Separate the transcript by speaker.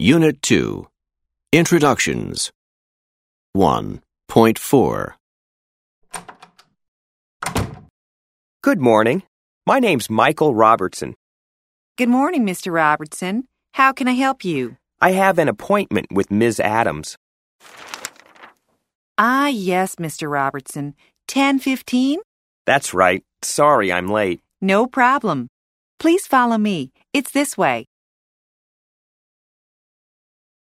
Speaker 1: Unit 2 Introductions 1.4
Speaker 2: Good morning. My name's Michael Robertson.
Speaker 3: Good morning, Mr. Robertson. How can I help you?
Speaker 2: I have an appointment with Ms. Adams.
Speaker 3: Ah, yes, Mr. Robertson. 1015?
Speaker 2: That's right. Sorry I'm late.
Speaker 3: No problem. Please follow me. It's this way.